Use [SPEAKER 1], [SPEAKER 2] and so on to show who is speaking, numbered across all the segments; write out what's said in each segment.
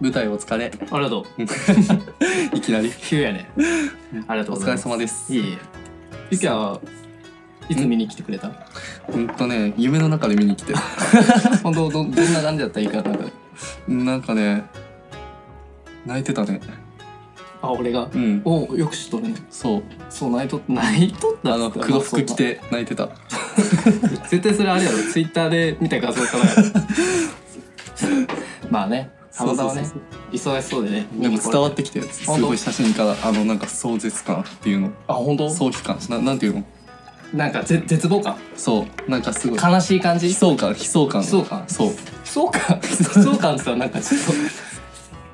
[SPEAKER 1] 舞台お疲れ
[SPEAKER 2] ありがとう。
[SPEAKER 1] いきなり
[SPEAKER 2] 急や ね。ありがとう
[SPEAKER 1] お
[SPEAKER 2] ご
[SPEAKER 1] 疲れ
[SPEAKER 2] ざいます。
[SPEAKER 1] 様です
[SPEAKER 2] いえいえ。ゆきはいつ見に来てくれた
[SPEAKER 1] うんとね夢の中で見に来て
[SPEAKER 2] 本当ど、どんな感じだったらいいか、なんか。
[SPEAKER 1] なんかね泣いてたね
[SPEAKER 2] あ、俺が。
[SPEAKER 1] うん
[SPEAKER 2] およく知っとるね。
[SPEAKER 1] そう
[SPEAKER 2] そう、泣いとった。泣いとった
[SPEAKER 1] あの
[SPEAKER 2] って
[SPEAKER 1] 黒服着。て泣いてた
[SPEAKER 2] 絶対それあれやろ。ツイッターで見た画像からやろ。 まあね。たまたまね
[SPEAKER 1] そうそう。
[SPEAKER 2] 忙しそうでね。
[SPEAKER 1] でも伝わ
[SPEAKER 2] っ
[SPEAKER 1] ってきたやつす
[SPEAKER 2] 本当
[SPEAKER 1] ごい写真からあのなんか壮絶感っていうの
[SPEAKER 2] あ、本当
[SPEAKER 1] 早期感ななんていうの
[SPEAKER 2] なんかぜ絶望感。
[SPEAKER 1] そうなんかすごい
[SPEAKER 2] 悲しい感じ
[SPEAKER 1] 悲壮感悲壮感
[SPEAKER 2] 悲壮感
[SPEAKER 1] そう
[SPEAKER 2] そうか。 そうかってさ、なんかちょっと、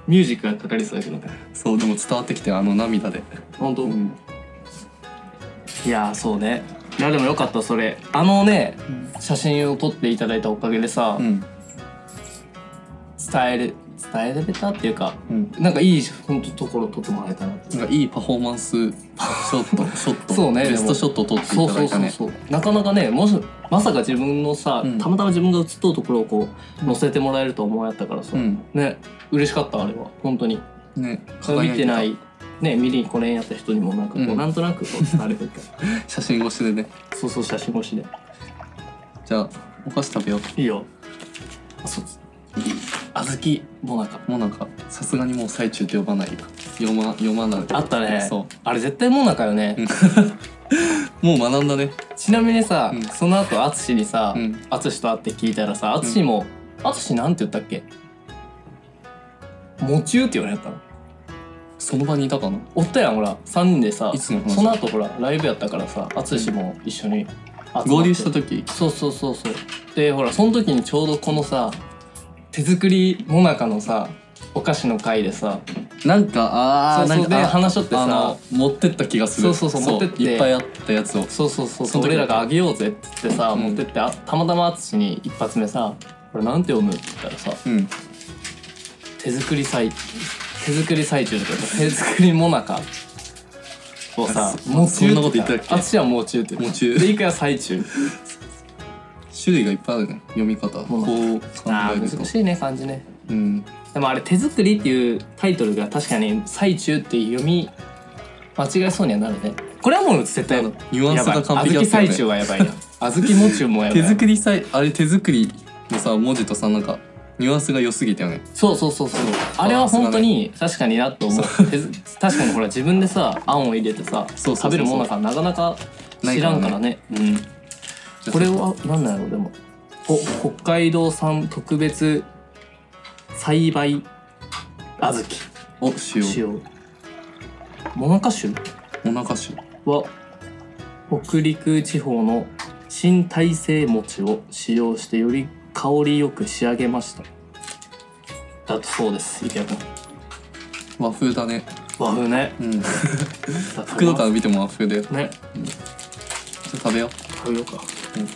[SPEAKER 2] ミュージックがかかりそうだけど。
[SPEAKER 1] そうでも伝わってきてあの涙で
[SPEAKER 2] 本当、
[SPEAKER 1] うん
[SPEAKER 2] いやーそうねいやでもよかったそれあのね写真を撮っていただいたおかげでさ、
[SPEAKER 1] うん
[SPEAKER 2] 伝えれ伝えられたっていうか
[SPEAKER 1] うん
[SPEAKER 2] なんかいい本当ところ撮ってもらえたなって
[SPEAKER 1] なんかいいパフォーマンスショット ショット
[SPEAKER 2] そうね
[SPEAKER 1] ベス
[SPEAKER 2] でも
[SPEAKER 1] トショットを撮ってい
[SPEAKER 2] そう
[SPEAKER 1] ただ
[SPEAKER 2] そう
[SPEAKER 1] いた
[SPEAKER 2] そう
[SPEAKER 1] ね
[SPEAKER 2] そうなかなかねもしまさか自分のさ、
[SPEAKER 1] うん
[SPEAKER 2] たまたま自分が写っとうところをこう載せてもらえるとは思わやったからさ、
[SPEAKER 1] うん
[SPEAKER 2] ね嬉しかったあれは本当に
[SPEAKER 1] ね
[SPEAKER 2] それ見てな
[SPEAKER 1] 輝い
[SPEAKER 2] いね見に来れんやった人にもなんかこう、
[SPEAKER 1] うん
[SPEAKER 2] なんとなくこう伝わるとい うか
[SPEAKER 1] てた写真越しでね
[SPEAKER 2] そうそう写真越しで
[SPEAKER 1] じゃあお菓子食べよう
[SPEAKER 2] いいよあそう
[SPEAKER 1] 小
[SPEAKER 2] もうなんか
[SPEAKER 1] 豆もうなんかさすがにもう最中って呼ばない読ま読まない
[SPEAKER 2] あったね
[SPEAKER 1] そ
[SPEAKER 2] あれ絶対もなかよね、
[SPEAKER 1] うんうもう学んだね
[SPEAKER 2] ちなみにさ、
[SPEAKER 1] うん
[SPEAKER 2] その後淳にさ
[SPEAKER 1] うん
[SPEAKER 2] 淳、と会って聞いたらさ淳も「淳、なんて言ったっけ?」「もちゅう」って言われたの
[SPEAKER 1] その場にいたかな
[SPEAKER 2] おったやんほら3人でさ
[SPEAKER 1] いつの話
[SPEAKER 2] その後ほらライブやったからさ淳も一緒に集まって
[SPEAKER 1] 合流した時
[SPEAKER 2] そうそうそうそうでほらその時にちょうどこのさ手作りもなかのさお菓子の会でさ
[SPEAKER 1] なんかあ
[SPEAKER 2] そ
[SPEAKER 1] ー
[SPEAKER 2] う
[SPEAKER 1] な
[SPEAKER 2] そ
[SPEAKER 1] ん
[SPEAKER 2] うで
[SPEAKER 1] かあ
[SPEAKER 2] 話しとって
[SPEAKER 1] あ
[SPEAKER 2] さ
[SPEAKER 1] の持ってった気がする
[SPEAKER 2] そうそうそう持ってって
[SPEAKER 1] いっぱいあったやつを
[SPEAKER 2] そうそうそ
[SPEAKER 1] そ
[SPEAKER 2] うそう
[SPEAKER 1] の時
[SPEAKER 2] 俺らがあげようぜっつってさ、
[SPEAKER 1] うん
[SPEAKER 2] 持ってってあたまたま淳に一発目さ「これなんて読む?」って言ったらさ
[SPEAKER 1] うん
[SPEAKER 2] 「手作り最手作り最中」とか「 手作りもなか」をさ「
[SPEAKER 1] そ
[SPEAKER 2] もちゅ
[SPEAKER 1] そん
[SPEAKER 2] う」
[SPEAKER 1] なこと言ったっけ
[SPEAKER 2] 淳は「もちゅう」って言っ
[SPEAKER 1] も
[SPEAKER 2] た
[SPEAKER 1] ちゅう
[SPEAKER 2] でいくや 最中
[SPEAKER 1] 種類がいっぱいあるね読み方こう考
[SPEAKER 2] あ
[SPEAKER 1] える
[SPEAKER 2] ー
[SPEAKER 1] と
[SPEAKER 2] 難しいね漢字ね
[SPEAKER 1] うん
[SPEAKER 2] でもあれ「手作り」っていうタイトルが確かに「最中」って読み間違えそうにはなるねこれはもう絶対
[SPEAKER 1] あのニュアンスが完璧だ
[SPEAKER 2] やばい
[SPEAKER 1] ったよね
[SPEAKER 2] 小豆最中はやばいな小豆もちゅうもやば い
[SPEAKER 1] 手作りさいあれ手作りのさ文字とさなんかニュアンスが良すぎたよね
[SPEAKER 2] そうそうそうそうあれは本当に確かになと思う手ず確かにほら自分でさあんを入れてさ
[SPEAKER 1] そうそうそうそう
[SPEAKER 2] 食べるものなんかなかなか知らんからねうん、これは何なんやろうでもお北海道産特別栽培小豆
[SPEAKER 1] お塩
[SPEAKER 2] 塩モナカ酒
[SPEAKER 1] お腹酒
[SPEAKER 2] は北陸地方の新大成餅を使用してより香りよく仕上げましただとそうです池谷君
[SPEAKER 1] 和風だね
[SPEAKER 2] 和風ね
[SPEAKER 1] うん
[SPEAKER 2] 福
[SPEAKER 1] 袋から見ても和風でじゃ
[SPEAKER 2] ね
[SPEAKER 1] あ食べよ
[SPEAKER 2] 食べようか
[SPEAKER 1] う、うん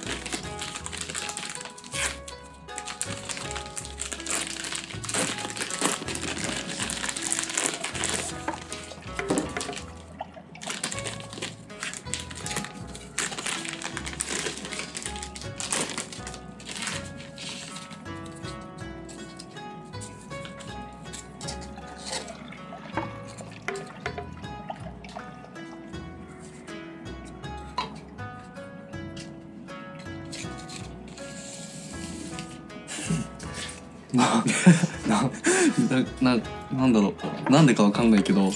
[SPEAKER 1] なななんだろうなんでかわかんないけど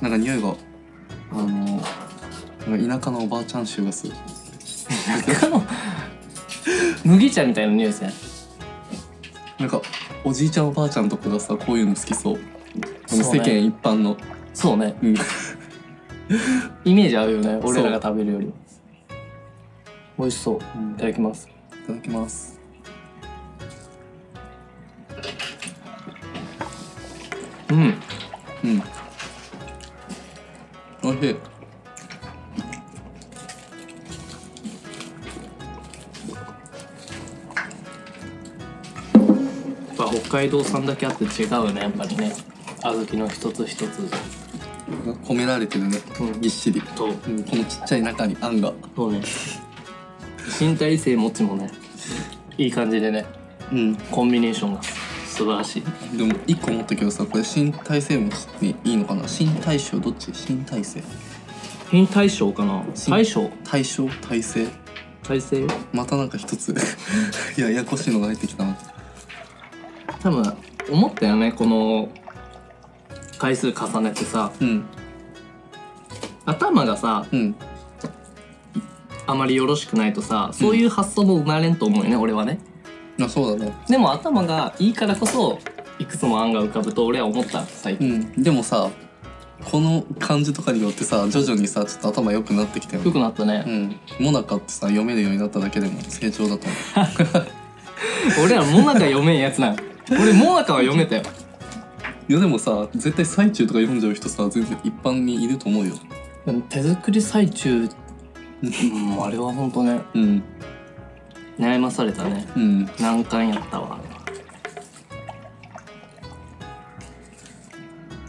[SPEAKER 1] なんか匂いがあのなんか田舎のおばあちゃん臭がする
[SPEAKER 2] 麦茶みたいな匂いですね
[SPEAKER 1] なんかおじいちゃんおばあちゃんとかがさこういうの好きそうこの
[SPEAKER 2] そう
[SPEAKER 1] 世
[SPEAKER 2] ね
[SPEAKER 1] 間一般の
[SPEAKER 2] そうね
[SPEAKER 1] うん
[SPEAKER 2] イメージ合うよね俺らが食べるより美味しそういただきます
[SPEAKER 1] いただきます
[SPEAKER 2] うん
[SPEAKER 1] うんおいしい
[SPEAKER 2] やっぱ北海道産だけあって違うねやっぱりね小豆の一つ一つ
[SPEAKER 1] 込められてるね、
[SPEAKER 2] うん
[SPEAKER 1] ぎっしり、
[SPEAKER 2] と
[SPEAKER 1] うん、このちっちゃい中にあんが
[SPEAKER 2] そうね身体性持ちもねいい感じでね
[SPEAKER 1] うん
[SPEAKER 2] コンビネーションが素晴らしい
[SPEAKER 1] でも一個思ったけどさこれ新体制もいいのかな新大賞どっち新体制
[SPEAKER 2] 変大賞かな
[SPEAKER 1] 新
[SPEAKER 2] 大賞
[SPEAKER 1] 大賞体制
[SPEAKER 2] 大成
[SPEAKER 1] またなんか一つ いやややこしいのが入ってきたな
[SPEAKER 2] 多分思ったよねこの回数重ねてさ
[SPEAKER 1] うん
[SPEAKER 2] 頭がさ
[SPEAKER 1] うん
[SPEAKER 2] あまりよろしくないとさそういう発想も生まれんと思うよね、俺はね
[SPEAKER 1] あそうだね
[SPEAKER 2] でも頭がいいからこそいくつも案が浮かぶと俺は思った最
[SPEAKER 1] う
[SPEAKER 2] 近、
[SPEAKER 1] んでもさこの感じとかによってさ徐々にさちょっと頭良くなってきたよ
[SPEAKER 2] 低
[SPEAKER 1] ね
[SPEAKER 2] くなったね
[SPEAKER 1] う、んモナカってさ読めるようになっただけでも成長だと思う
[SPEAKER 2] 俺らモナカ読めんやつなの俺モナカは読めたよ
[SPEAKER 1] いやでもさ絶対最中とか読んじゃう人さ全然一般にいると思うよ
[SPEAKER 2] でも手作り最中うんあれは本当ね
[SPEAKER 1] うん
[SPEAKER 2] 悩まされたね
[SPEAKER 1] うん
[SPEAKER 2] 難関やったわ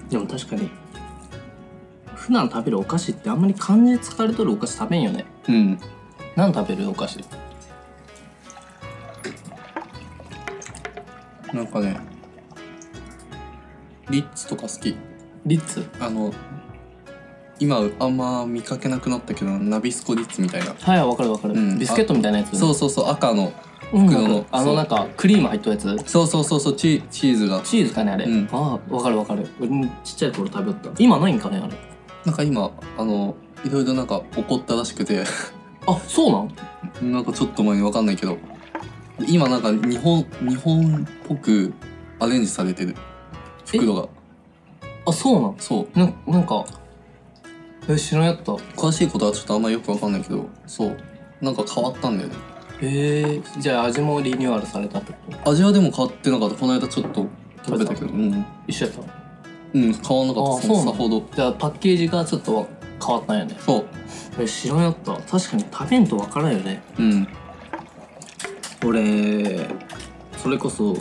[SPEAKER 2] でも確かに普段食べるお菓子ってあんまり漢字で使われとるお菓子食べんよね
[SPEAKER 1] うん
[SPEAKER 2] 何食べるお菓子
[SPEAKER 1] なんかねリッツとか好き
[SPEAKER 2] リッツ
[SPEAKER 1] あの今あんま見かけなくなったけどナビスコリッツみたいな
[SPEAKER 2] はいわかるわかる、
[SPEAKER 1] うん
[SPEAKER 2] ビスケットみたいなやつ
[SPEAKER 1] そううそうそう赤の袋
[SPEAKER 2] ん
[SPEAKER 1] の
[SPEAKER 2] わかるあのなんかクリーム入ったやつ
[SPEAKER 1] そうそうそうそうチチーズが
[SPEAKER 2] チーズかねあれ、
[SPEAKER 1] うん
[SPEAKER 2] ああわかるわかる俺もちっちゃい頃食べよった今ないんかねあれ
[SPEAKER 1] なんか今あのいろいろなんか怒ったらしくて
[SPEAKER 2] あそうなん
[SPEAKER 1] なんかちょっと前にわかんないけど今なんか日本日本っぽくアレンジされてる袋が
[SPEAKER 2] あそうなん
[SPEAKER 1] そう
[SPEAKER 2] ななんかえ知らんやったへ
[SPEAKER 1] 詳しいことはちょっとあんまよくわかんないけどそうなんか変わったんだよね
[SPEAKER 2] えー、じゃあ味もリニューアルされたってこと
[SPEAKER 1] 味はでも変わってなかったこの間ちょっと食べたけどうん、
[SPEAKER 2] 一緒やった
[SPEAKER 1] うん、変わんなかった
[SPEAKER 2] あそう
[SPEAKER 1] そ
[SPEAKER 2] なん
[SPEAKER 1] う
[SPEAKER 2] だ
[SPEAKER 1] さほど
[SPEAKER 2] じゃあパッケージがちょっと変わったんやね
[SPEAKER 1] そう
[SPEAKER 2] え知らんやった確かに食べんとわからんよね
[SPEAKER 1] うん
[SPEAKER 2] 俺それこそ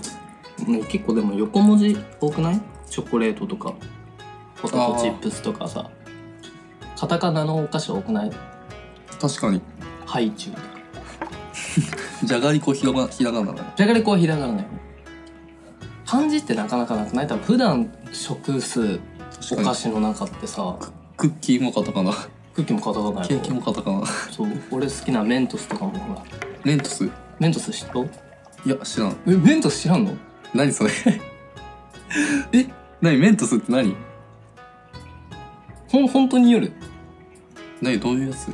[SPEAKER 2] もう結構でも横文字多くないチョコレートとかポテトチップスとかさカタカナのお菓子多くない
[SPEAKER 1] 確かに
[SPEAKER 2] ハイチュウとか
[SPEAKER 1] じゃがりこひらがひらがなだね
[SPEAKER 2] じゃがりこはひらがなね漢字ってなかなかなくない多分普段食数お
[SPEAKER 1] 確か
[SPEAKER 2] 菓
[SPEAKER 1] に
[SPEAKER 2] 子の中ってさ
[SPEAKER 1] クッキーもカタカナ
[SPEAKER 2] クッキーもカタカナ
[SPEAKER 1] ケ
[SPEAKER 2] や
[SPEAKER 1] ーキ
[SPEAKER 2] ろ
[SPEAKER 1] もカタカナ
[SPEAKER 2] そう俺好きなメントスとかもほら
[SPEAKER 1] レントスい
[SPEAKER 2] メントス知っとう
[SPEAKER 1] や知らん
[SPEAKER 2] えメントス知らんの
[SPEAKER 1] 何それ え何メントスって何
[SPEAKER 2] ほん本当に夜
[SPEAKER 1] 何どういうやつ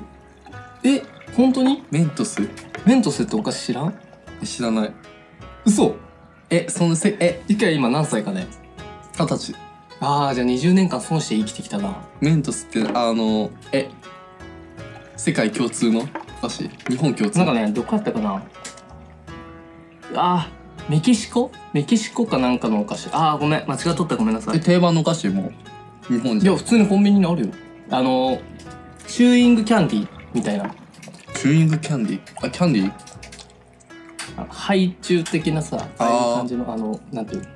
[SPEAKER 2] え本当に
[SPEAKER 1] メントス
[SPEAKER 2] メントスってお菓子知らん
[SPEAKER 1] 知らない
[SPEAKER 2] 嘘
[SPEAKER 1] えそのせえ
[SPEAKER 2] 一回今何歳かね
[SPEAKER 1] 二十歳
[SPEAKER 2] ああじゃあ20年間損して生きてきたな
[SPEAKER 1] メントスってあのえ世界共通のお菓子日本共通
[SPEAKER 2] なんかねどこやったかなあーメキシコメキシコかなんかのお菓子ああごめん間違っとったごめんなさ
[SPEAKER 1] え
[SPEAKER 2] い
[SPEAKER 1] 定番のお菓子も日本
[SPEAKER 2] い
[SPEAKER 1] じゃ
[SPEAKER 2] や普通にコンビニにあるよあのチューイングキャンディーみたいな
[SPEAKER 1] チューイングキャンディーあキャンディー
[SPEAKER 2] あハイチュウ的なさああいう感じのあのなんていうの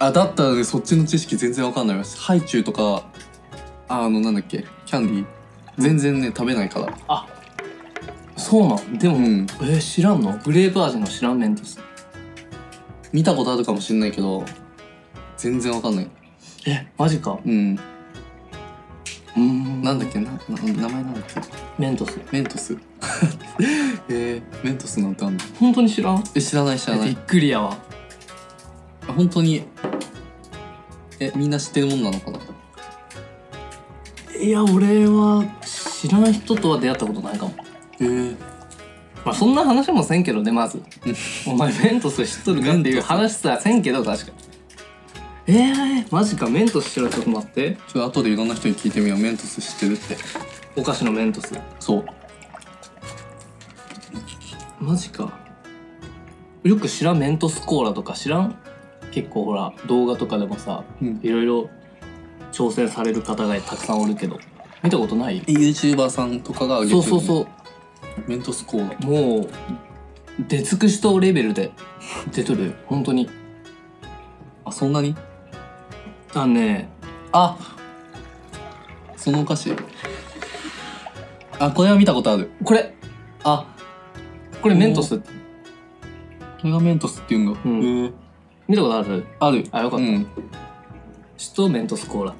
[SPEAKER 1] あだったらねそっちの知識全然わかんないわハイチュウとかあのなんだっけキャンディー全然ね食べないから
[SPEAKER 2] あそうなんでも、
[SPEAKER 1] うん
[SPEAKER 2] えー知らんのグレープ味の知らん麺です
[SPEAKER 1] 見たことあるかもしれないけど全然わかんない
[SPEAKER 2] えマジか
[SPEAKER 1] うん
[SPEAKER 2] うーん
[SPEAKER 1] なんだっけなな名前なんだっけ
[SPEAKER 2] メントス
[SPEAKER 1] メントス えー、メントスなんてあんの
[SPEAKER 2] 本当に知らん
[SPEAKER 1] え知らない知らな
[SPEAKER 2] びっ
[SPEAKER 1] い
[SPEAKER 2] くりやわ
[SPEAKER 1] あ本当にえみんな知ってるもんなのかない
[SPEAKER 2] や俺は知らん人とは出会ったことないかも
[SPEAKER 1] えー、
[SPEAKER 2] まあそんな話もせんけどねまずお前メントス知っとるかっていう話させんけど確かにえー、マジかメントス知らんちょっと待って
[SPEAKER 1] ちょっと後でいろんな人に聞いてみようメントス知ってるって
[SPEAKER 2] お菓子のメントス
[SPEAKER 1] そう
[SPEAKER 2] マジかよく知らんメントスコーラとか知らん結構ほら動画とかでもさ
[SPEAKER 1] うん
[SPEAKER 2] いろいろ挑戦される方がたくさんおるけど見たことない
[SPEAKER 1] ユーチューバーさんとかが上げて
[SPEAKER 2] そ
[SPEAKER 1] る
[SPEAKER 2] うそうそう
[SPEAKER 1] メントスコーラ
[SPEAKER 2] もう出尽くしとレベルで出とるよ本当に
[SPEAKER 1] あそんなに
[SPEAKER 2] あのね
[SPEAKER 1] あそのお菓子あこれは見たことある
[SPEAKER 2] これ
[SPEAKER 1] あ
[SPEAKER 2] これメントス
[SPEAKER 1] これがメントスって言うんだ、
[SPEAKER 2] うん
[SPEAKER 1] へえ
[SPEAKER 2] 見たことある
[SPEAKER 1] ある
[SPEAKER 2] あよか
[SPEAKER 1] う
[SPEAKER 2] った、
[SPEAKER 1] ん
[SPEAKER 2] シュトメントスコーラ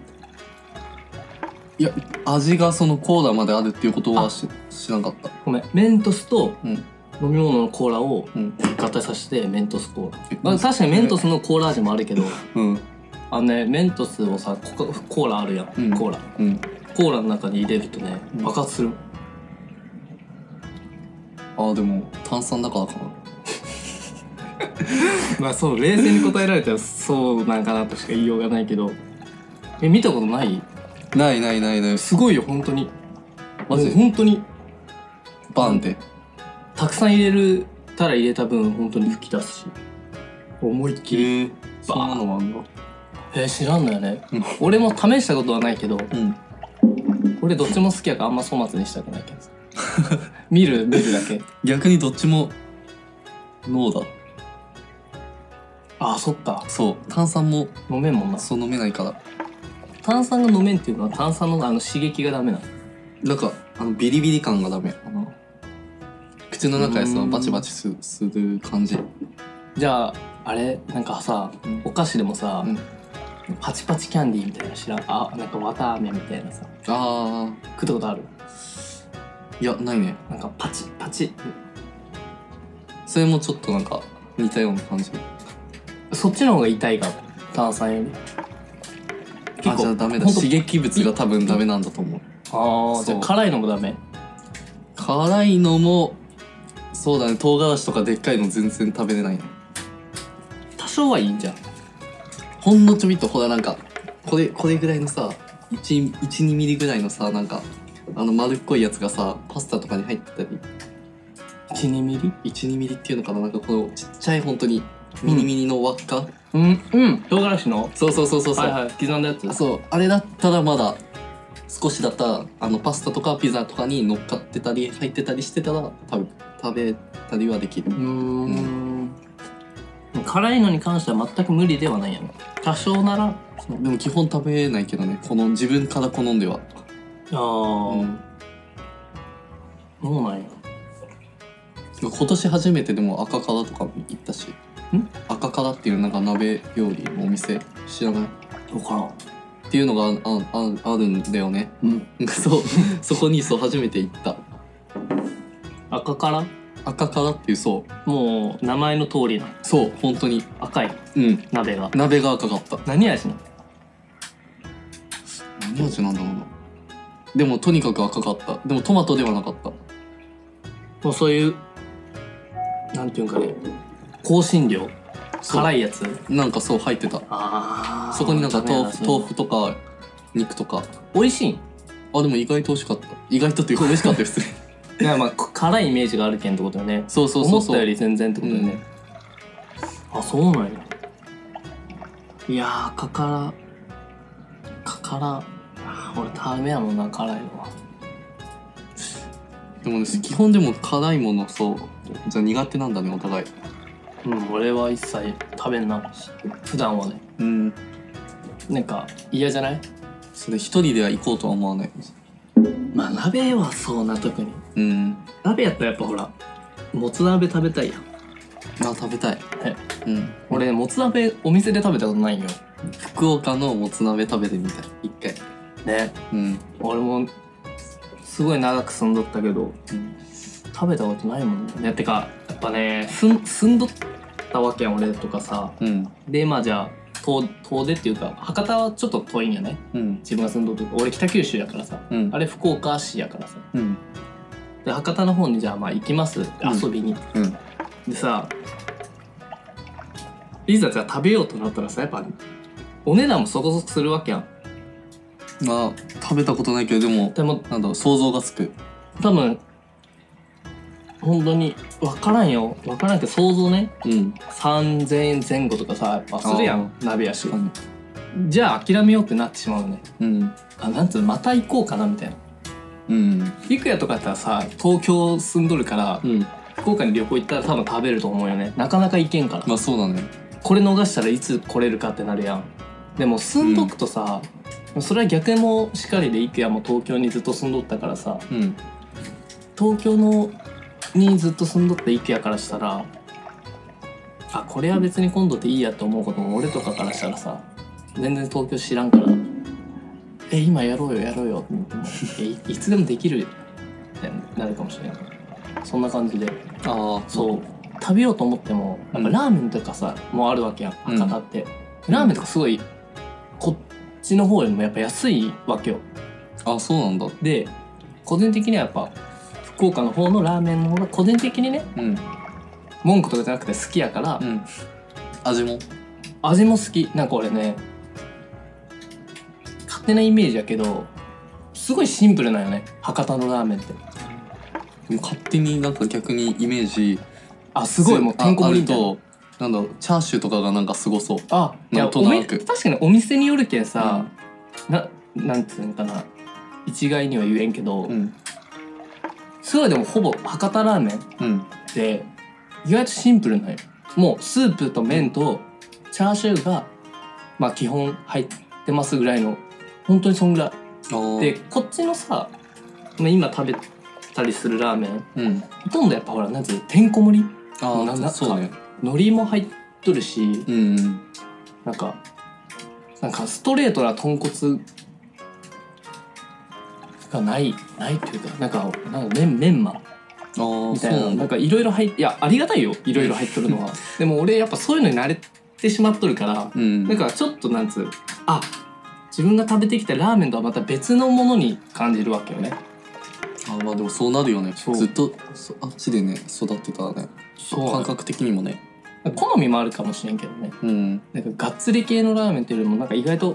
[SPEAKER 1] 味がそのコーラまであるっていうことは
[SPEAKER 2] あ
[SPEAKER 1] し知らなかった
[SPEAKER 2] ごめんメントスと
[SPEAKER 1] うん
[SPEAKER 2] 飲み物のコーラを
[SPEAKER 1] うん
[SPEAKER 2] 合体させてメントスコーラ、
[SPEAKER 1] え
[SPEAKER 2] まあ、確かにメントスのコーラ味もあるけど
[SPEAKER 1] うん
[SPEAKER 2] あのねメントスをさコカコーラあるやん、
[SPEAKER 1] うん
[SPEAKER 2] コーラ
[SPEAKER 1] うん
[SPEAKER 2] コーラの中に入れるとね
[SPEAKER 1] うん
[SPEAKER 2] 爆発する、
[SPEAKER 1] ああでも炭酸だからかな
[SPEAKER 2] まあそう冷静に答えられたらそうなんかなとしか言いようがないけどえ見たことない
[SPEAKER 1] ないないないない
[SPEAKER 2] すごいよ本当に
[SPEAKER 1] マジ
[SPEAKER 2] もう本当に
[SPEAKER 1] バンで
[SPEAKER 2] たくさん入れるたら入れた分本当に吹き出すし思いっきり
[SPEAKER 1] えー、そんなのもあんの
[SPEAKER 2] えー知らんのよね
[SPEAKER 1] うん
[SPEAKER 2] 俺も試したことはないけど
[SPEAKER 1] うん
[SPEAKER 2] 俺どっちも好きやからあんま粗末にしたくないけどさ 見る見るだけ
[SPEAKER 1] 逆にどっちもノーだ
[SPEAKER 2] ああそっか
[SPEAKER 1] そう炭酸も
[SPEAKER 2] 飲めんもんな
[SPEAKER 1] そう飲めないから
[SPEAKER 2] 炭酸が飲めんっていうのは炭酸のあの刺激がダメなの
[SPEAKER 1] なんかあのビリビリ感がダメ
[SPEAKER 2] あの
[SPEAKER 1] 口の中でさ
[SPEAKER 2] うん
[SPEAKER 1] バチバチすする感じ
[SPEAKER 2] じゃああれなんかさ、
[SPEAKER 1] うん
[SPEAKER 2] お菓子でもさ、
[SPEAKER 1] うん
[SPEAKER 2] パチパチキャンディーみたいなの知らんあなんか綿飴みたいなさ
[SPEAKER 1] ああ
[SPEAKER 2] 食ったことある
[SPEAKER 1] いやないね
[SPEAKER 2] なんかパチパチ
[SPEAKER 1] それもちょっとなんか似たような感じ
[SPEAKER 2] そっちの方が痛いかも炭酸より
[SPEAKER 1] あじゃあダメだ
[SPEAKER 2] ほんと
[SPEAKER 1] 刺激物が多分ダメなんだと思う
[SPEAKER 2] ああじ
[SPEAKER 1] そ
[SPEAKER 2] ゃあ
[SPEAKER 1] う
[SPEAKER 2] 辛いのもダメ
[SPEAKER 1] 辛いのもそうだね唐辛子とかでっかいの全然食べれないね
[SPEAKER 2] 多少はいいんじゃん
[SPEAKER 1] ほんのちょびっとほらなんかこれこれぐらいのさ12ミリぐらいのさなんかあの丸っこいやつがさパスタとかに入ってたり
[SPEAKER 2] 12ミリ
[SPEAKER 1] 12ミリっていうのかななんかこのちっちゃい本当にミニミニの輪っか、
[SPEAKER 2] うんうん唐辛子の
[SPEAKER 1] そうそうそうそうそう、
[SPEAKER 2] はいはい刻んだやつ
[SPEAKER 1] そうあれだったらまだ少しだったらあのパスタとかピザとかに乗っかってたり入ってたりしてたら食べ食べたりはできる
[SPEAKER 2] うーん辛いのに関しては全く無理ではないやろ多少ならあ
[SPEAKER 1] そうでも基本食べないけどねこの自分から好んではう
[SPEAKER 2] あー
[SPEAKER 1] ん
[SPEAKER 2] そうなんや
[SPEAKER 1] 今年初めてでも赤からとかも行ったし赤からっていうなんか鍋料理のお店知らないっ
[SPEAKER 2] 分からん
[SPEAKER 1] ていうのがあああるんだよね
[SPEAKER 2] うん
[SPEAKER 1] そうそこにそう初めて行った
[SPEAKER 2] 赤から
[SPEAKER 1] 赤からっていうそう
[SPEAKER 2] もう名前の通りな
[SPEAKER 1] そう本当に
[SPEAKER 2] 赤い
[SPEAKER 1] うん
[SPEAKER 2] 鍋が
[SPEAKER 1] 鍋が赤かった
[SPEAKER 2] 何味なの
[SPEAKER 1] 何味なんだろうなでもとにかく赤かったでもトマトではなかった
[SPEAKER 2] もうそういうなんていうんかね香辛料
[SPEAKER 1] そう
[SPEAKER 2] 辛いやつ
[SPEAKER 1] なんかそう入ってた
[SPEAKER 2] あ
[SPEAKER 1] そこになんか豆腐豆
[SPEAKER 2] 腐
[SPEAKER 1] 腐とか肉とか
[SPEAKER 2] 美味しい
[SPEAKER 1] あでも意外と美味しかった意外とっていうか美味しかった ですね
[SPEAKER 2] いやまあこ辛いイメージがあるけんってことよね
[SPEAKER 1] そうそうそう
[SPEAKER 2] 思っ
[SPEAKER 1] そう
[SPEAKER 2] たより全然ってことよね、あそうなんやいやーかからかからあー俺ダメやもんな辛いのは
[SPEAKER 1] でもね基本でも辛いものそうじゃあ苦手なんだねお互い
[SPEAKER 2] うん俺は一切食べんな普段はね
[SPEAKER 1] うん
[SPEAKER 2] なんか嫌じゃない
[SPEAKER 1] それ一人では行こうとは思わない
[SPEAKER 2] まあ鍋はそうな特に
[SPEAKER 1] うん
[SPEAKER 2] 鍋やったらやっぱほらもつ鍋食べたいやん
[SPEAKER 1] あ食べたい
[SPEAKER 2] え
[SPEAKER 1] うん
[SPEAKER 2] 俺もつ鍋お店で食べたことないんよ
[SPEAKER 1] 福岡のもつ鍋食べてみたい一回
[SPEAKER 2] ね
[SPEAKER 1] うん、
[SPEAKER 2] 俺もすごい長く住んどったけど
[SPEAKER 1] うん、
[SPEAKER 2] 食べたことないもんねてかやっぱねすん住んどったわけやん俺とかさ
[SPEAKER 1] うん
[SPEAKER 2] でまあじゃあ遠遠出っていうか博多はちょっと遠いんやね
[SPEAKER 1] うん
[SPEAKER 2] 自分が住んどっとこ俺北九州やからさ
[SPEAKER 1] うん
[SPEAKER 2] あれ福岡市やからさ
[SPEAKER 1] うん
[SPEAKER 2] で博多の方にじゃあまあ行きます遊びに、
[SPEAKER 1] うん
[SPEAKER 2] でさいざじゃあ食べようとなったらさやっぱお値段もそこそこするわけやん
[SPEAKER 1] あ食べたことないけどでも
[SPEAKER 2] でも
[SPEAKER 1] なんだろう想像がつく
[SPEAKER 2] 多分本当に分からんよ分からんけど想像ね
[SPEAKER 1] うん
[SPEAKER 2] 3000円前後とかさやっぱするやん鍋やし
[SPEAKER 1] 確かに
[SPEAKER 2] じゃあ諦めようってなってしまうよね
[SPEAKER 1] うん
[SPEAKER 2] あなんつうのまた行こうかなみたいな
[SPEAKER 1] うん
[SPEAKER 2] いくやとかやったらさ東京住んどるから
[SPEAKER 1] うん
[SPEAKER 2] 福岡に旅行行ったら多分食べると思うよねなかなか行けんから
[SPEAKER 1] まあそうだね
[SPEAKER 2] これ逃したらいつ来れるかってなるやんでも住んどくとさ、それは逆もしかりでいくやも東京にずっと住んどったからさ
[SPEAKER 1] うん
[SPEAKER 2] 東京のにずっと住んどった IKEA からしたらあこれは別に今度でいいやって思うことも俺とかからしたらさ全然東京知らんから「え今やろうよやろうよ」って言っても「えいいつでもできる」ってなるかもしれないそんな感じで
[SPEAKER 1] ああ
[SPEAKER 2] そう食べようと思ってもやっぱラーメンとかさ、もうあるわけやん
[SPEAKER 1] うん
[SPEAKER 2] 博多って、ラーメンとかすごいこっちの方よりもやっぱ安いわけよ
[SPEAKER 1] あそうなんだ
[SPEAKER 2] で個人的にはやっぱ福岡の方のラーメンの方が個人的にね
[SPEAKER 1] うん
[SPEAKER 2] 文句とかじゃなくて好きやから、
[SPEAKER 1] うん味も
[SPEAKER 2] 味も好きなんか俺ね勝手なイメージやけどすごいシンプルなんよね博多のラーメンって
[SPEAKER 1] でも勝手になんか逆にイメージ
[SPEAKER 2] あすごいもうてんこ盛りみたいな
[SPEAKER 1] ああるとなんだろうチャーシューとかがなんかすごそう
[SPEAKER 2] あい
[SPEAKER 1] な
[SPEAKER 2] や
[SPEAKER 1] んと
[SPEAKER 2] お
[SPEAKER 1] な
[SPEAKER 2] み
[SPEAKER 1] く
[SPEAKER 2] 確かにお店によるけんさ、ななんつうのかな一概には言えんけど、
[SPEAKER 1] うん
[SPEAKER 2] すごいでもほぼ博多ラーメンっ
[SPEAKER 1] うん
[SPEAKER 2] て意外とシンプルなんよもうスープと麺とチャーシューがまあ基本入ってますぐらいの本当にそんぐら
[SPEAKER 1] あー
[SPEAKER 2] いでこっちのさまあ今食べたりするラーメン
[SPEAKER 1] うん
[SPEAKER 2] ほとんどやっぱほらなんつうのてんこ盛り
[SPEAKER 1] あ
[SPEAKER 2] なん
[SPEAKER 1] あ
[SPEAKER 2] だ
[SPEAKER 1] そうね
[SPEAKER 2] 海苔も入っとるし
[SPEAKER 1] うんうん
[SPEAKER 2] なんかなんかストレートな豚骨がないないというかなんかなんかメンメンマ
[SPEAKER 1] あー
[SPEAKER 2] み
[SPEAKER 1] そ
[SPEAKER 2] た
[SPEAKER 1] う
[SPEAKER 2] いな
[SPEAKER 1] な
[SPEAKER 2] なん
[SPEAKER 1] だ
[SPEAKER 2] んかいろいろ入っいやありがたいよいろいろ入っとるのは でも俺やっぱそういうのに慣れてしまっとるから
[SPEAKER 1] うん
[SPEAKER 2] なんかちょっとなんつうあ自分が食べてきたラーメンとはまた別のものに感じるわけよね
[SPEAKER 1] あまあでもそうなるよね
[SPEAKER 2] そう
[SPEAKER 1] ずっとそあっちでね育ってたらね
[SPEAKER 2] そう
[SPEAKER 1] 感覚的にもね
[SPEAKER 2] 好みもあるかもしれんけどね
[SPEAKER 1] うん
[SPEAKER 2] なんかがっつり系のラーメンっていうよりもなんか意外と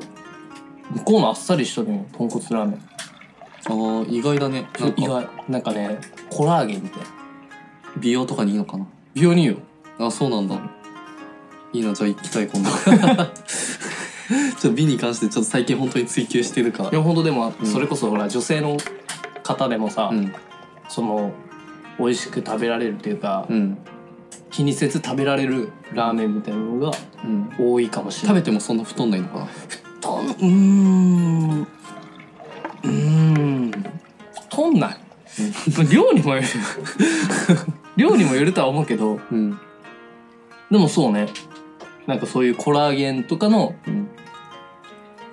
[SPEAKER 2] 向こうのあっさりしとるよ豚骨ラーメン
[SPEAKER 1] あー意外だね
[SPEAKER 2] そ
[SPEAKER 1] な
[SPEAKER 2] うん意
[SPEAKER 1] か
[SPEAKER 2] 外なんかねコラーゲンみたいな
[SPEAKER 1] 美容とかにいいのかな
[SPEAKER 2] 美容によ
[SPEAKER 1] あそうなんだいいなじゃあ行きたい 今度ちょっと美に関してちょっと最近本当に追求してるか
[SPEAKER 2] い
[SPEAKER 1] ら
[SPEAKER 2] やほんとでも
[SPEAKER 1] うん
[SPEAKER 2] それこそほら女性の方でもさ、
[SPEAKER 1] うん
[SPEAKER 2] その美味しく食べられるというか、
[SPEAKER 1] うん
[SPEAKER 2] 気にせず食べられるラーメンみたいなのが
[SPEAKER 1] うん
[SPEAKER 2] 多いかもしれ
[SPEAKER 1] 食
[SPEAKER 2] ない
[SPEAKER 1] べてもそんな太んないのかな
[SPEAKER 2] とうーんうーんとんない量に もよる量にもよるとは思うけど
[SPEAKER 1] うん
[SPEAKER 2] でもそうねなんかそういうコラーゲンとかの
[SPEAKER 1] うん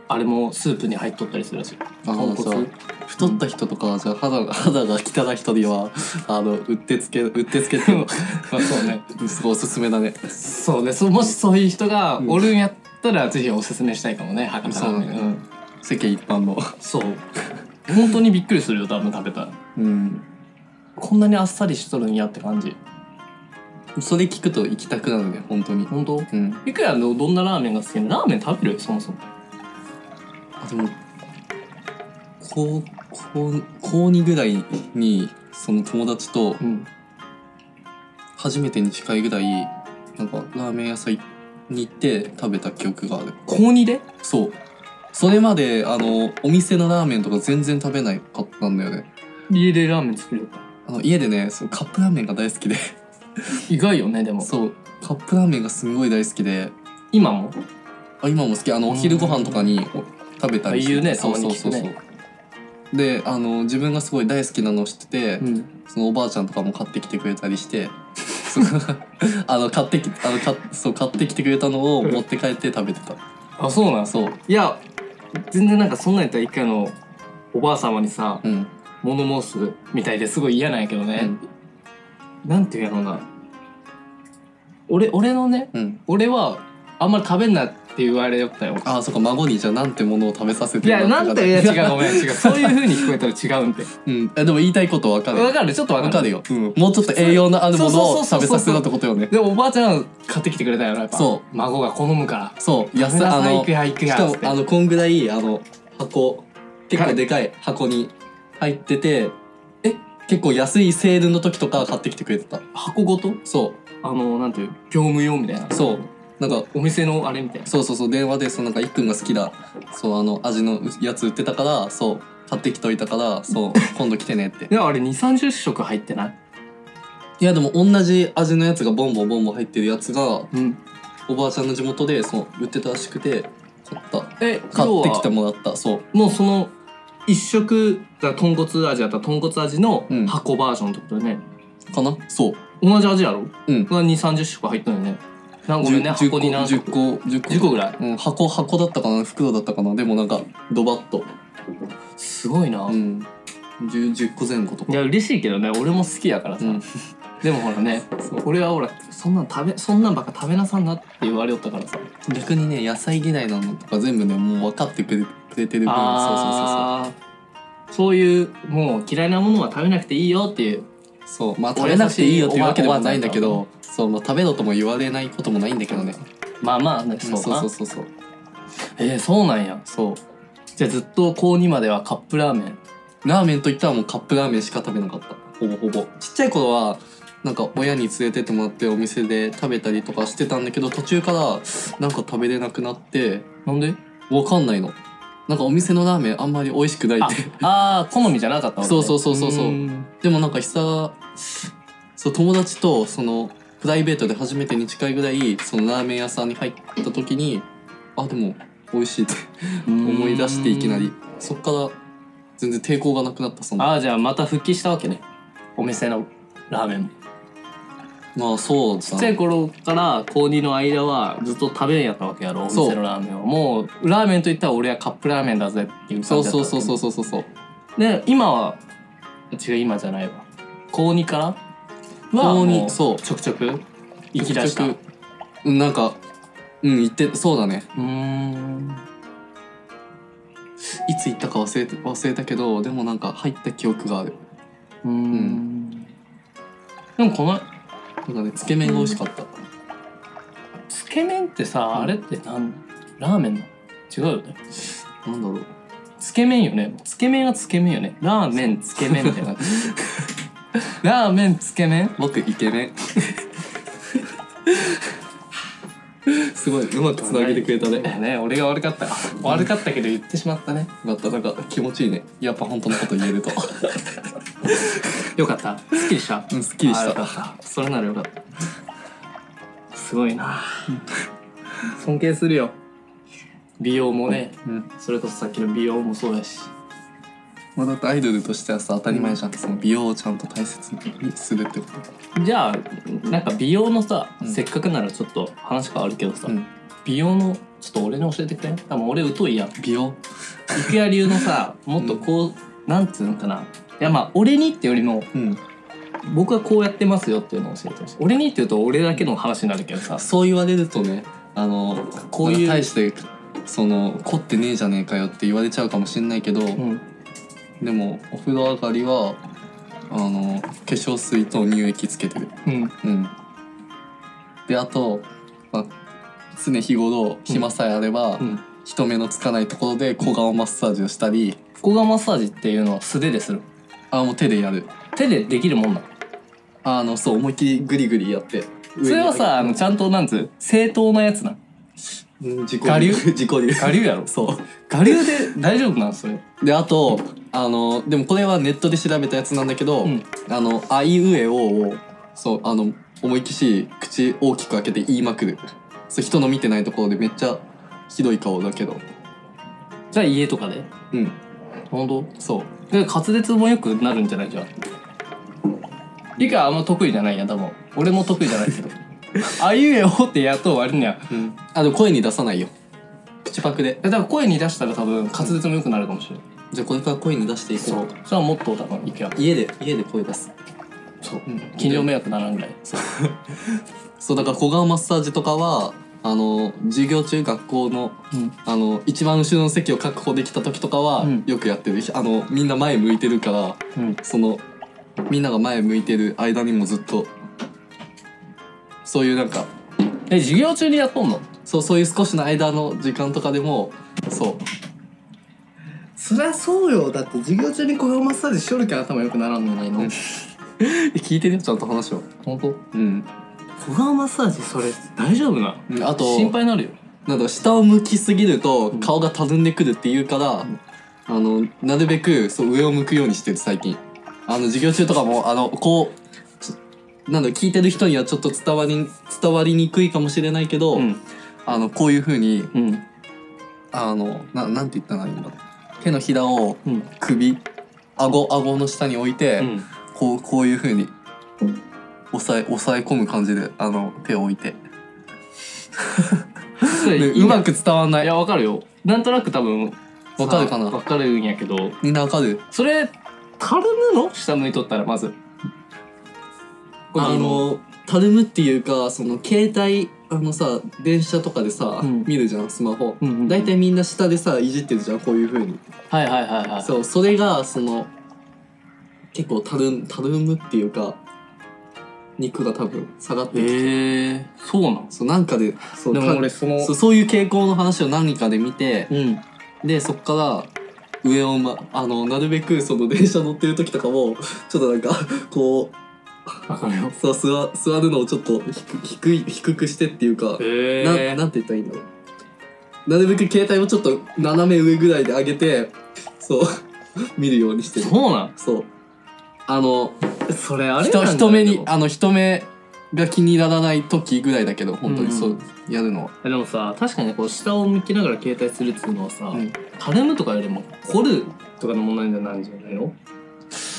[SPEAKER 2] あれもスープに入っとったりするらしい
[SPEAKER 1] あ
[SPEAKER 2] 豚
[SPEAKER 1] のさ
[SPEAKER 2] 骨
[SPEAKER 1] 太った人とかじゃあ肌が肌が汚い人には あのうってつけうってつけ っていう
[SPEAKER 2] まあそうね
[SPEAKER 1] のすごいおすすめだね
[SPEAKER 2] そうねそうもしそういう人がおるんやったら、ぜひおすすめしたいかもね博多ラーメン
[SPEAKER 1] そうだね世間一般の
[SPEAKER 2] そう本当にびっくりするよ多分食べたら
[SPEAKER 1] うん
[SPEAKER 2] こんなにあっさりしとるんやって感じ
[SPEAKER 1] それ聞くと行きたくなるね本当に
[SPEAKER 2] 本当
[SPEAKER 1] うん
[SPEAKER 2] いくらのどんなラーメンが好きなのラーメン食べるそもそも
[SPEAKER 1] あでも高高高2ぐらいにその友達と
[SPEAKER 2] うん
[SPEAKER 1] 初めてに近いぐらいなんかラーメン屋さんに行って食べた記憶がある
[SPEAKER 2] 高2で
[SPEAKER 1] そうそれまであのお店のラーメンとか全然食べなかったんだよね
[SPEAKER 2] 家でラーメン作るよ
[SPEAKER 1] あの家でねそのカップラーメンが大好きで
[SPEAKER 2] 意外よねでも
[SPEAKER 1] そうカップラーメンがすごい大好きで
[SPEAKER 2] 今も
[SPEAKER 1] あ今も好きあのお昼ご飯とかにお食べたり
[SPEAKER 2] あ言うね
[SPEAKER 1] そうそうそうそ
[SPEAKER 2] たまに聞
[SPEAKER 1] うであの自分がすごい大好きなのを知ってて、
[SPEAKER 2] ん
[SPEAKER 1] そのおばあちゃんとかも買ってきてくれたりしてそう あの買ってきあのかそう買ってきてくれたのを持って帰って食べてた
[SPEAKER 2] あそうなん
[SPEAKER 1] そう
[SPEAKER 2] いや全然なんかそんなんやったら一回あのおばあ様にさ
[SPEAKER 1] うん、
[SPEAKER 2] 物申すみたいですごい嫌なんやけど
[SPEAKER 1] う
[SPEAKER 2] ね
[SPEAKER 1] ん、
[SPEAKER 2] なんていうやろうな俺俺のね
[SPEAKER 1] うん、
[SPEAKER 2] 俺はあんまり食べんなって言われよったよ
[SPEAKER 1] ああそっか孫にじゃあなんてものを食べさせて
[SPEAKER 2] いや
[SPEAKER 1] もら
[SPEAKER 2] な
[SPEAKER 1] っ
[SPEAKER 2] ん
[SPEAKER 1] たか
[SPEAKER 2] ていや違うごめん違うそういう風に聞こえたら違うんで
[SPEAKER 1] うん、えでも言いたいことわかる
[SPEAKER 2] わかるちょっとわ
[SPEAKER 1] わ
[SPEAKER 2] か
[SPEAKER 1] か
[SPEAKER 2] る
[SPEAKER 1] るよ、うん、もうちょっと栄養のあるもの
[SPEAKER 2] そう
[SPEAKER 1] を
[SPEAKER 2] そう
[SPEAKER 1] 食
[SPEAKER 2] そう
[SPEAKER 1] べ
[SPEAKER 2] そうそう
[SPEAKER 1] させたってことよね
[SPEAKER 2] でもおばあちゃん買ってきてくれたやろやっぱ
[SPEAKER 1] そう
[SPEAKER 2] 孫が好むから
[SPEAKER 1] そう
[SPEAKER 2] や
[SPEAKER 1] 安
[SPEAKER 2] す
[SPEAKER 1] あ
[SPEAKER 2] 行
[SPEAKER 1] の
[SPEAKER 2] くや行く
[SPEAKER 1] し
[SPEAKER 2] や
[SPEAKER 1] か
[SPEAKER 2] つ
[SPEAKER 1] も
[SPEAKER 2] って
[SPEAKER 1] あのこんぐらいあの箱結構でかい箱に入っててえ結構安いセールの時とか買ってきてくれてた
[SPEAKER 2] 箱ごと
[SPEAKER 1] そ
[SPEAKER 2] あのなんていう業務用みたいな
[SPEAKER 1] うそうなんか
[SPEAKER 2] お店のあれみたいな
[SPEAKER 1] そうそうそう電話でそうなんかいっくんが好きだそうあの味のやつ売ってたからそう買ってきといたから そう今度来てねって
[SPEAKER 2] いやあれ2 3 0食入ってない
[SPEAKER 1] いやでも同じ味のやつがボンボンボンボン入ってるやつが
[SPEAKER 2] うん
[SPEAKER 1] おばあちゃんの地元でそう売ってたらしくて買った
[SPEAKER 2] え
[SPEAKER 1] 買ってきて
[SPEAKER 2] も
[SPEAKER 1] もらったそう
[SPEAKER 2] もうその一食だ豚骨味だったら豚骨味の
[SPEAKER 1] うん
[SPEAKER 2] 箱バージョンってことだよね、
[SPEAKER 1] かなそう
[SPEAKER 2] 同じ味やろ
[SPEAKER 1] うん
[SPEAKER 2] が2 3 0食入ったよねなんかごめんね箱に何
[SPEAKER 1] 10
[SPEAKER 2] 個
[SPEAKER 1] 個10個
[SPEAKER 2] 10個ぐらい
[SPEAKER 1] うん、箱箱だったかな袋だったかなでもなんかドバッと
[SPEAKER 2] すごいな、
[SPEAKER 1] う
[SPEAKER 2] い
[SPEAKER 1] ん 10, 10個前後とか
[SPEAKER 2] や嬉しいけどね俺も好きやからさ、
[SPEAKER 1] うん
[SPEAKER 2] でもほらね俺はほらそんなん食べそんなんばっか食べなさんなって言われよったからさ
[SPEAKER 1] 逆にね野菜嫌いなのとか全部ねもう分かってくれくれてる分
[SPEAKER 2] あーそういうもう嫌いなものは食べなくていいよっていう
[SPEAKER 1] そうそうそうそうまあ食
[SPEAKER 2] 俺
[SPEAKER 1] べなくていいよっていうわけで
[SPEAKER 2] お
[SPEAKER 1] は
[SPEAKER 2] ばあち
[SPEAKER 1] な
[SPEAKER 2] ゃん
[SPEAKER 1] いんだけどその食べろとも言われないこともないんだけどね
[SPEAKER 2] まあまあね
[SPEAKER 1] そう
[SPEAKER 2] そう
[SPEAKER 1] そう
[SPEAKER 2] か
[SPEAKER 1] そうそうそう
[SPEAKER 2] えー、そうなんやじゃあずっと高2まではカップラーメン
[SPEAKER 1] ラーメンといったらもうカップラーメンしか食べなかったほぼほぼちっちゃい頃はなんか親に連れてってもらってお店で食べたりとかしてたんだけど途中からなんか食べれなくなって
[SPEAKER 2] なんで
[SPEAKER 1] わかんないのなんかお店のラーメンあんまり美味しくないっ
[SPEAKER 2] あ
[SPEAKER 1] て
[SPEAKER 2] あー好みじゃなかったわけ
[SPEAKER 1] そ
[SPEAKER 2] ね
[SPEAKER 1] うそうそうそうそう
[SPEAKER 2] ーん
[SPEAKER 1] でもなんか久そう友達とそのプライベートで初めてに近いぐらいそのラーメン屋さんに入った時にあでも美味しいって思い出していきなりそっから全然抵抗がなくなったその
[SPEAKER 2] ああじゃあまた復帰したわけねお店のラーメンも
[SPEAKER 1] まあそう
[SPEAKER 2] ち
[SPEAKER 1] だ
[SPEAKER 2] っちゃい
[SPEAKER 1] ね
[SPEAKER 2] 頃から高2の間はずっと食べんやったわけやろお
[SPEAKER 1] そう
[SPEAKER 2] 店のラーメンはもうラーメンといったら俺はカップラーメンだぜっていう感じだ
[SPEAKER 1] そう
[SPEAKER 2] った
[SPEAKER 1] そうそうそううそうそうそう
[SPEAKER 2] で今は違う今じゃないわ高2からは
[SPEAKER 1] 高二
[SPEAKER 2] も
[SPEAKER 1] そう
[SPEAKER 2] ちょくちょく行き出した
[SPEAKER 1] 結局うんなんかうん行ってそうだね
[SPEAKER 2] うーん
[SPEAKER 1] いつ行ったか忘れて忘れたけどでもなんか入った記憶がある
[SPEAKER 2] うーんでもこの
[SPEAKER 1] なんかねつけ麺が美味しかった、
[SPEAKER 2] つけ麺ってさあれってなんラーメンの違うよね
[SPEAKER 1] なんだろう
[SPEAKER 2] つけ麺よねつけ麺はつけ麺よねラーメンつけ麺みたい なラーメンつけ麺
[SPEAKER 1] 僕イケメン すごいうまくつなげてくれたねよ
[SPEAKER 2] ね俺が悪かった悪かったけど言ってしまったね
[SPEAKER 1] かったなんか気持ちいいねやっぱ本当のこと言えると
[SPEAKER 2] よかったすっきりした
[SPEAKER 1] うんすっきりし
[SPEAKER 2] あよか
[SPEAKER 1] た
[SPEAKER 2] ったそれならよかったすごいな尊敬するよ美容もね
[SPEAKER 1] うん
[SPEAKER 2] それこそさっきの美容もそうだし
[SPEAKER 1] まあ、だってアイドルとしてはさ当たり前じゃん、その美容をちゃんと大切にするってこ
[SPEAKER 2] じゃあなんか美容のさ、
[SPEAKER 1] うん
[SPEAKER 2] せっかくならちょっと話変わるけど
[SPEAKER 1] と、
[SPEAKER 2] さ、
[SPEAKER 1] うん、
[SPEAKER 2] 美容のちょっと俺に教えてくれ多分俺疎いやん
[SPEAKER 1] 美容
[SPEAKER 2] 郁や流のさもっとこう、なんつうのかないやまあ俺にってよりも
[SPEAKER 1] うん
[SPEAKER 2] 僕はこうやってますよっていうのを教えてほしい俺にって言うと俺だけの話になるけどさ
[SPEAKER 1] そう言われるとねあの
[SPEAKER 2] こ
[SPEAKER 1] こ
[SPEAKER 2] う
[SPEAKER 1] う
[SPEAKER 2] い
[SPEAKER 1] いうう対してその「凝ってねえじゃねえかよ」って言われちゃうかもしれないけど、
[SPEAKER 2] うん
[SPEAKER 1] でもお風呂上がりはあの化粧水と乳液つけてる
[SPEAKER 2] うん
[SPEAKER 1] うんであと、まあ、常日頃暇さえあれば、
[SPEAKER 2] うん
[SPEAKER 1] 人目のつかないところで小顔マッサージをしたり
[SPEAKER 2] 小顔マッサージっていうのは素手でする
[SPEAKER 1] あもう手でやる
[SPEAKER 2] 手でできるもんなの
[SPEAKER 1] あのそう思いっきりグリグリやって上に
[SPEAKER 2] それはさあのちゃんとなんつう正当なやつな
[SPEAKER 1] うん自己
[SPEAKER 2] 我 流
[SPEAKER 1] 自己流
[SPEAKER 2] 我流やろ
[SPEAKER 1] そう
[SPEAKER 2] 我流で大丈夫なんそれ
[SPEAKER 1] であとあのでもこれはネットで調べたやつなんだけど、
[SPEAKER 2] うん
[SPEAKER 1] あの「あいうえお」をそうあの思いっきし口大きく開けて言いまくるそう人の見てないところでめっちゃひどい顔だけど
[SPEAKER 2] じゃあ家とかで
[SPEAKER 1] うん
[SPEAKER 2] 本当
[SPEAKER 1] そう
[SPEAKER 2] で滑舌も良くなるんじゃないじゃん理科はあんま得意じゃないや多分俺も得意じゃない けどあいうえおってやっと終わるんや
[SPEAKER 1] うん、あでも声に出さないよ口パクで
[SPEAKER 2] で多分声に出したら多分滑舌も良くなるかもしれない、
[SPEAKER 1] じゃあこれから声に出していこう
[SPEAKER 2] そしたらもっと多分いけや
[SPEAKER 1] 家で家で声出すそう、うん、
[SPEAKER 2] 近所迷惑ならんぐらい
[SPEAKER 1] そうだから小顔マッサージとかはあの授業中学校の
[SPEAKER 2] うん
[SPEAKER 1] あの一番後ろの席を確保できた時とかは、
[SPEAKER 2] うん
[SPEAKER 1] よくやってるあのみんな前向いてるから
[SPEAKER 2] うん
[SPEAKER 1] そのみんなが前向いてる間にもずっとそういうなんか
[SPEAKER 2] え授業中にやっとんの
[SPEAKER 1] そうそういう少しの間の時間とかでもそう
[SPEAKER 2] そりゃそうよだって授業中に小顔マッサージしとるけん頭良くならんのないの
[SPEAKER 1] え聞いてるよちゃんと話を
[SPEAKER 2] 本当
[SPEAKER 1] うん
[SPEAKER 2] 小顔マッサージそれ大丈夫な
[SPEAKER 1] うんあと
[SPEAKER 2] 心配になるよ
[SPEAKER 1] なんだろう下を向きすぎると
[SPEAKER 2] ん
[SPEAKER 1] 顔がたるんでくるっていうから、あのなるべくそう上を向くようにしてる最近あの授業中とかもあのこうちょなんだろう聞いてる人にはちょっと伝わり伝わりにくいかもしれないけど、
[SPEAKER 2] うん
[SPEAKER 1] あのこういうふうに
[SPEAKER 2] うん
[SPEAKER 1] あのななんて言ったらいいんだろう手のひらを
[SPEAKER 2] うん
[SPEAKER 1] 首顎顎の下に置いて、
[SPEAKER 2] うん
[SPEAKER 1] こうこういうふうに押さえ押さえ込む感じであの手を置いて
[SPEAKER 2] それ
[SPEAKER 1] で
[SPEAKER 2] 意味
[SPEAKER 1] うまく伝わんないい
[SPEAKER 2] やわかるよなんとなく多分
[SPEAKER 1] わかるかな
[SPEAKER 2] わかるんやけど
[SPEAKER 1] みんなわかる
[SPEAKER 2] それたるむの下向いとったらまずこれ
[SPEAKER 1] あのたるむっていうかその携帯あのさ電車とかでさ、
[SPEAKER 2] うん
[SPEAKER 1] 見るじゃんスマホ、
[SPEAKER 2] うんうんうん
[SPEAKER 1] 大体みんな下でさいじってるじゃんこういう風に
[SPEAKER 2] はいはいはいはい
[SPEAKER 1] そうそれがその結構たるんたるむっていうか肉が多分下がってきて、
[SPEAKER 2] へえそうなん
[SPEAKER 1] そうなんかでそう
[SPEAKER 2] でも
[SPEAKER 1] た
[SPEAKER 2] 俺その
[SPEAKER 1] そうそういう傾向の話を何かで見て
[SPEAKER 2] うん
[SPEAKER 1] でそっから上を、ま、あのなるべくその電車乗ってる時とかもちょっとなんかこう
[SPEAKER 2] わかるよ
[SPEAKER 1] そう座座るのをちょっと低い低い低くしてっていうか、
[SPEAKER 2] へ
[SPEAKER 1] ななんて言ったらいいんだろうなるべく携帯をちょっと斜め上ぐらいで上げてそう 見るようにしてる
[SPEAKER 2] そうなん
[SPEAKER 1] そうあの
[SPEAKER 2] それあ
[SPEAKER 1] 人人目にあの人目が気にならない時ぐらいだけど本当にそう、
[SPEAKER 2] うん
[SPEAKER 1] やるのは、
[SPEAKER 2] でもさ確かにねこう下を向きながら携帯するっていうのはさ、
[SPEAKER 1] うん
[SPEAKER 2] たるむとかよりも凝るとかの問題になるんじゃないの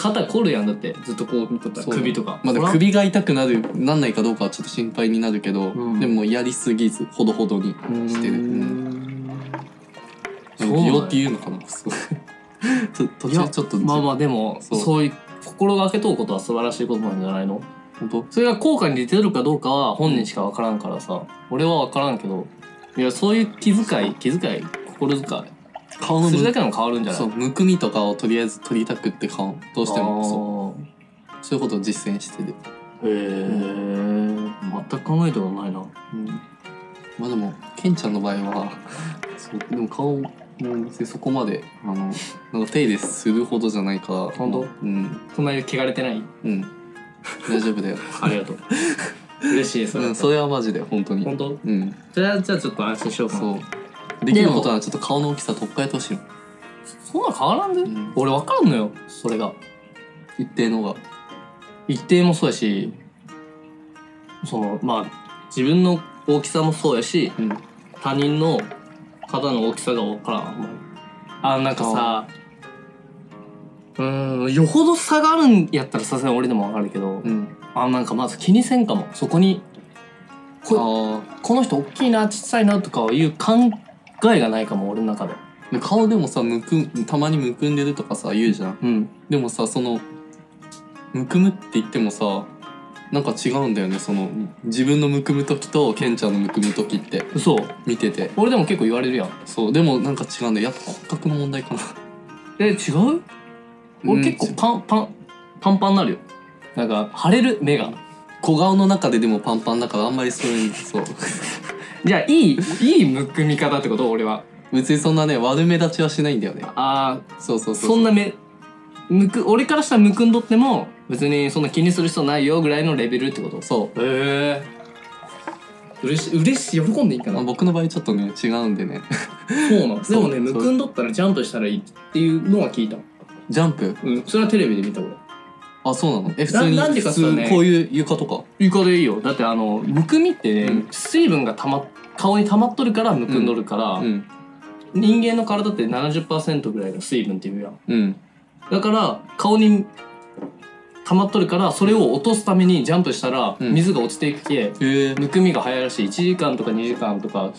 [SPEAKER 2] 肩凝るやんだってずっとこう見とったら
[SPEAKER 1] そう
[SPEAKER 2] 首とか
[SPEAKER 1] まあ、でも
[SPEAKER 2] ほら
[SPEAKER 1] 首が痛くなるなんないかどうかはちょっと心配になるけど、
[SPEAKER 2] うん
[SPEAKER 1] でもやりすぎずほどほどにしてる
[SPEAKER 2] う
[SPEAKER 1] う
[SPEAKER 2] ー
[SPEAKER 1] ん
[SPEAKER 2] んそうなん
[SPEAKER 1] 美
[SPEAKER 2] や
[SPEAKER 1] 容っていうのかな すごいちょ途
[SPEAKER 2] いや
[SPEAKER 1] 中ちょっと
[SPEAKER 2] まあまあでもそ
[SPEAKER 1] そうう
[SPEAKER 2] いう心がけとうことは素晴らしいことなんじゃないの
[SPEAKER 1] 本当
[SPEAKER 2] それが効果に出てるかどうかは本人しか分からんからさ、俺は分からんけどいやそういう気遣い気遣い心遣い
[SPEAKER 1] 顔の
[SPEAKER 2] するだ
[SPEAKER 1] む
[SPEAKER 2] けでも変わるんじゃない
[SPEAKER 1] そうむくみとかをとりあえず取りたくって顔どうしてもそう
[SPEAKER 2] も
[SPEAKER 1] そういうことを実践してる、
[SPEAKER 2] へえ全く考えたことないな
[SPEAKER 1] うん、まあでもケンちゃんの場合はそうでも顔も別にそこまであの なんか手入れするほどじゃないから
[SPEAKER 2] 本当
[SPEAKER 1] うん
[SPEAKER 2] そんなに汚れてない
[SPEAKER 1] うん大丈夫だよ、
[SPEAKER 2] あり がとう嬉しい それ,、
[SPEAKER 1] うん、それはマジで本当に
[SPEAKER 2] 本当
[SPEAKER 1] うん
[SPEAKER 2] じゃあじゃあちょっと安心しようかな
[SPEAKER 1] そう。できることはちょっと顔の大きさ取っ替えてほしいの。
[SPEAKER 2] そんな変わらんで、
[SPEAKER 1] うん
[SPEAKER 2] 俺分からんのよそれが
[SPEAKER 1] 一定のが。
[SPEAKER 2] 一定もそうやしそのまあ自分の大きさもそうやし
[SPEAKER 1] うん。
[SPEAKER 2] 他人の肩の大きさが分からんあんまりあなんかさうーんよほど差があるんやったらさすがに俺でも分かるけど、
[SPEAKER 1] うん。
[SPEAKER 2] あなんかまず気にせんかもそこにこ
[SPEAKER 1] あ
[SPEAKER 2] この人大きいな小さいなとかいう考えがないかも俺の中で
[SPEAKER 1] あ。で顔でもさ、むくん、たまにむくんでるとかさ、言うじゃん。
[SPEAKER 2] うん
[SPEAKER 1] でもさ、その、むくむって言ってもさ、なんか違うんだよね、その、自分のむくむ時と、ケンちゃんのむくむ時って、
[SPEAKER 2] 嘘
[SPEAKER 1] 見てて。
[SPEAKER 2] 俺でも結構言われるやん
[SPEAKER 1] そう、でもなんか違うんだよ。やっぱ骨格の問題かな。
[SPEAKER 2] え違う俺結構
[SPEAKER 1] うん
[SPEAKER 2] パンパンパンパンになるよなんか腫れる目が
[SPEAKER 1] 小顔の中ででもパンパンだから、あんまりそういう、そう。
[SPEAKER 2] じゃあいいいいむくみ方ってこと俺は
[SPEAKER 1] 別にそんなね、悪目立ちはしないんだよね。
[SPEAKER 2] あ
[SPEAKER 1] そうそう
[SPEAKER 2] ー
[SPEAKER 1] そう。
[SPEAKER 2] そんな目むく俺からしたらむくんどっても別にそんな気にする人ないよぐらいのレベルってこと
[SPEAKER 1] そう。
[SPEAKER 2] へえ嬉しい嬉しい喜んでいいか
[SPEAKER 1] まあ、僕の場合ちょっとね違うんでね
[SPEAKER 2] そうなんでもね
[SPEAKER 1] そう
[SPEAKER 2] むくんどったらジャンプしたらいいっていうのは聞いた
[SPEAKER 1] ジャンプ
[SPEAKER 2] うんそれはテレビで見た俺
[SPEAKER 1] あそうなのえ普通に
[SPEAKER 2] なんでかっつったらね
[SPEAKER 1] 普通こういう床とか
[SPEAKER 2] 床でいいよだってあのむくみって、
[SPEAKER 1] うん
[SPEAKER 2] 水分がたま顔に溜まっとるからむくんどるから、
[SPEAKER 1] うん
[SPEAKER 2] 人間の体って70%ぐらいが水分っていうやん
[SPEAKER 1] うん
[SPEAKER 2] だから顔に溜まっとるからそれを落とすためにジャンプしたら
[SPEAKER 1] うん
[SPEAKER 2] 水が落ちていくけ、
[SPEAKER 1] へえ
[SPEAKER 2] むくみが早いらしい1時間とか2時間とか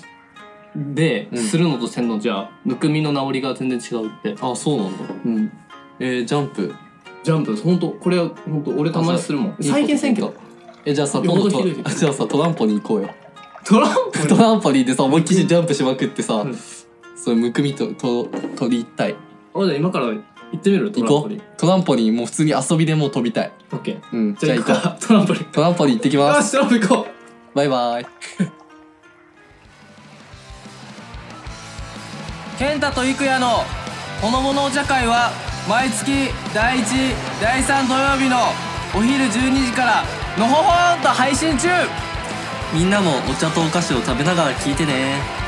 [SPEAKER 2] で
[SPEAKER 1] うん
[SPEAKER 2] するのとせんのじゃむくみの治りが全然違うって、
[SPEAKER 1] あそうなんだ
[SPEAKER 2] うん、
[SPEAKER 1] えー、ジャンプ
[SPEAKER 2] ジャンプ本当これは本当俺たまにするもん再現選挙
[SPEAKER 1] えじゃあさ
[SPEAKER 2] よ
[SPEAKER 1] 今
[SPEAKER 2] ほど
[SPEAKER 1] 度
[SPEAKER 2] ひどい
[SPEAKER 1] と じゃあさトランポリン行こうよ
[SPEAKER 2] トラン
[SPEAKER 1] トランポリンでさ思いっきりジャンプしまくってさ、
[SPEAKER 2] うん
[SPEAKER 1] それむくみとと取りたい
[SPEAKER 2] プあじゃあ今から行ってみるト
[SPEAKER 1] 行
[SPEAKER 2] ラン
[SPEAKER 1] こ
[SPEAKER 2] ポリン
[SPEAKER 1] うトランポリンもう普通に遊びでもう飛びたい
[SPEAKER 2] オッケー
[SPEAKER 1] うん
[SPEAKER 2] じゃあ行こうトランポリン
[SPEAKER 1] うトランポリン行ってきま
[SPEAKER 2] よ
[SPEAKER 1] す
[SPEAKER 2] しトランポリン行こう
[SPEAKER 1] バイバイ
[SPEAKER 2] 健太と育也のほのぼのお茶会は毎月第1第3土曜日のお昼12時からのほほんと配信中
[SPEAKER 1] みんなもお茶とお菓子を食べながら聞いてね